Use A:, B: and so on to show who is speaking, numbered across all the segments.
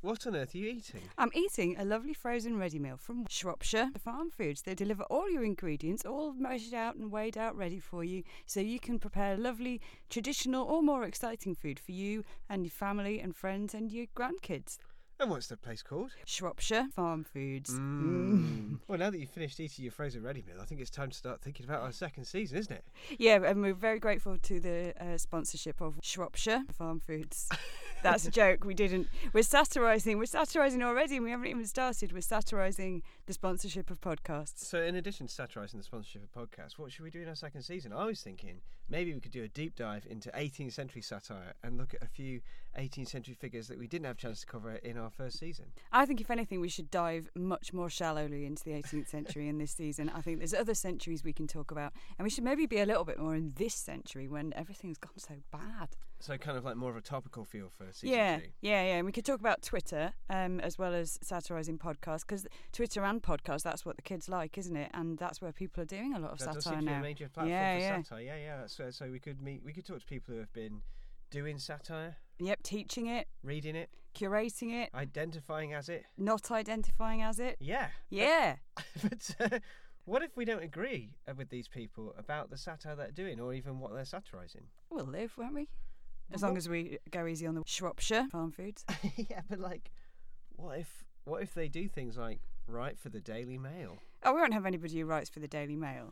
A: What on earth are you eating?
B: I'm eating a lovely frozen ready meal from Shropshire Farm Foods. They deliver all your ingredients, all measured out and weighed out, ready for you, so you can prepare lovely, traditional, or more exciting food for you and your family and friends and your grandkids.
A: And what's the place called?
B: Shropshire Farm Foods. Mm.
A: Well, now that you've finished eating your frozen ready meal, I think it's time to start thinking about our second season, isn't it?
B: Yeah, and we're very grateful to the uh, sponsorship of Shropshire Farm Foods. That's a joke. We didn't. We're satirising. We're satirising already, and we haven't even started. We're satirising the sponsorship of podcasts.
A: So, in addition to satirising the sponsorship of podcasts, what should we do in our second season? I was thinking maybe we could do a deep dive into 18th century satire and look at a few 18th century figures that we didn't have a chance to cover in our first season.
B: I think, if anything, we should dive much more shallowly into the 18th century in this season. I think there's other centuries we can talk about, and we should maybe be a little bit more in this century when everything's gone so bad.
A: So, kind of like more of a topical feel for season
B: Yeah,
A: two.
B: yeah, yeah. And we could talk about Twitter um, as well as satirising podcasts because Twitter and podcasts, that's what the kids like, isn't it? And that's where people are doing a lot of
A: That does seem
B: satire
A: to be
B: now.
A: a major platform
B: Yeah,
A: for
B: yeah.
A: satire. Yeah, yeah. That's, uh, so we could meet, we could talk to people who have been doing satire,
B: Yep, teaching it,
A: reading it,
B: curating it,
A: identifying as it.
B: not identifying as it.
A: Yeah.
B: Yeah.
A: but uh, what if we don't agree uh, with these people about the satire they're doing, or even what they're satirising?
B: We'll live, won't we? As
A: Well,
B: long as we go easy on the Shropshire farm foods.
A: yeah, but like, what if what if they do things like write for the Daily Mail?
B: Oh, we won't have anybody who writes for the Daily Mail.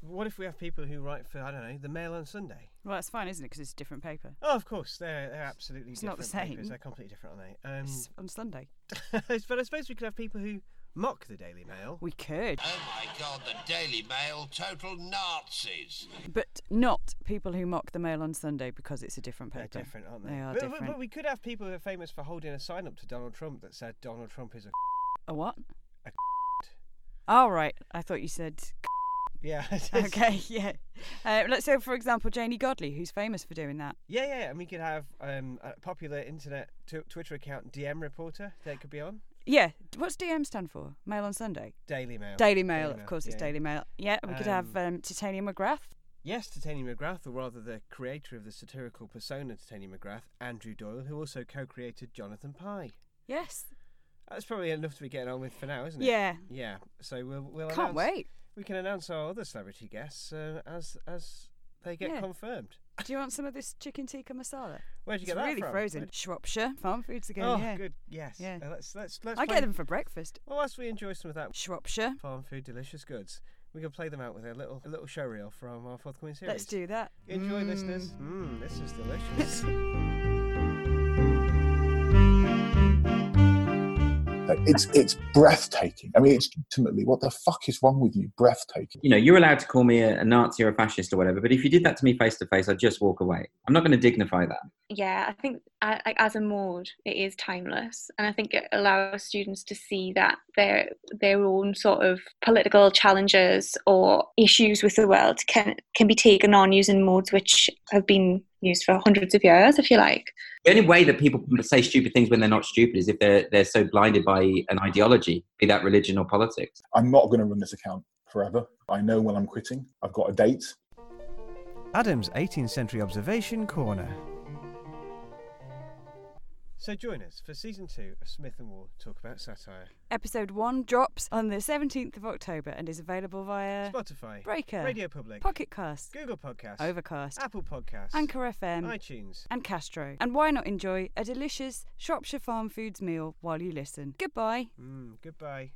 A: What if we have people who write for I don't know the Mail on Sunday?
B: Well, that's fine, isn't it? Because it's a different paper.
A: Oh, of course, they're they're absolutely
B: It's not
A: different
B: the
A: papers.
B: same.
A: They're completely different, aren't
B: It's on Sunday.
A: they? Um, but I suppose we could have people who mock the Daily Mail.
B: We could,
C: Oh my god, the Daily Mail, total Nazis.
B: but not people who mock the Mail on Sunday because it's a different
A: They're
B: paper.
A: different, aren't they?
B: They are
A: but, but-
B: different.
A: but we could have people who are famous for holding a sign up to Donald Trump that said Donald Trump is a.
B: A what?
A: A
B: All right. I thought you said.
A: Yeah.
B: okay. Yeah. Uh, let's say, for example, Janie Godley, who's famous for doing that.
A: Yeah, yeah, and we could have um, a popular internet t- Twitter account, DM Reporter, that could be on
B: Yeah. What's DM stand for? Mail on Sunday.
A: Daily Mail.
B: Daily Mail, of course, it's
A: yeah.
B: Daily Mail. Yeah. We could have um, Titania McGrath.
A: Yes, Titania McGrath, or rather the creator of the satirical persona Titania McGrath, Andrew Doyle, who also co-created Jonathan Pye.
B: Yes.
A: That's probably enough to be getting on with for now, isn't it?
B: Yeah.
A: Yeah. So we'll we'll
B: Can't
A: announce-
B: wait.
A: We can announce our other celebrity guests uh, as as they get
B: Yeah.
A: confirmed.
B: Do you want some of this chicken tikka masala?
A: Where'd you
B: It's
A: get that
B: really
A: from?
B: frozen.
A: Where'd-
B: Shropshire farm foods again.
A: Oh,
B: yeah.
A: good. Yes.
B: Yeah.
A: Uh, let's let's let's.
B: I
A: play-
B: get them for breakfast.
A: Well, whilst we enjoy some of that
B: Shropshire.
A: farm food delicious goods. We can play them out with a little a little show reel from our forthcoming series.
B: Let's do Mm. that.
A: Enjoy, listeners. Mmm, this is delicious.
D: It's it's breathtaking. I mean, it's ultimately what the fuck is wrong with you? Breathtaking.
E: you know, you're allowed to call me a, a Nazi or a fascist or whatever, but if you did that to me face to face, I'd just walk away. I'm not going to dignify that.
F: yeah, I think a- like as a mod, it is timeless, and I think it allows students to see that their their own sort of political challenges or issues with the world can can be taken on using modes which have been used for hundreds of years, if you like.
E: The only way that people say stupid things when they're not stupid is if they're, they're so blinded by an ideology, be that religion or politics.
D: I'm not going to run this account forever. I know when I'm quitting. I've got a date.
A: Adam's 18th century observation corner. So join us for season two of Smith and Wall Talk About Satire.
B: Episode one drops on the 17th of October and is available via
A: Spotify,
B: Uh, Breaker,
A: Radio Public,
B: Pocket Cast,
A: Google Podcasts,
B: Overcast,
A: Apple Podcasts,
B: Anchor FM,
A: iTunes.
B: and Castro. And why not enjoy a delicious Shropshire Farm Foods meal while you listen? Goodbye.
A: Mmm, goodbye.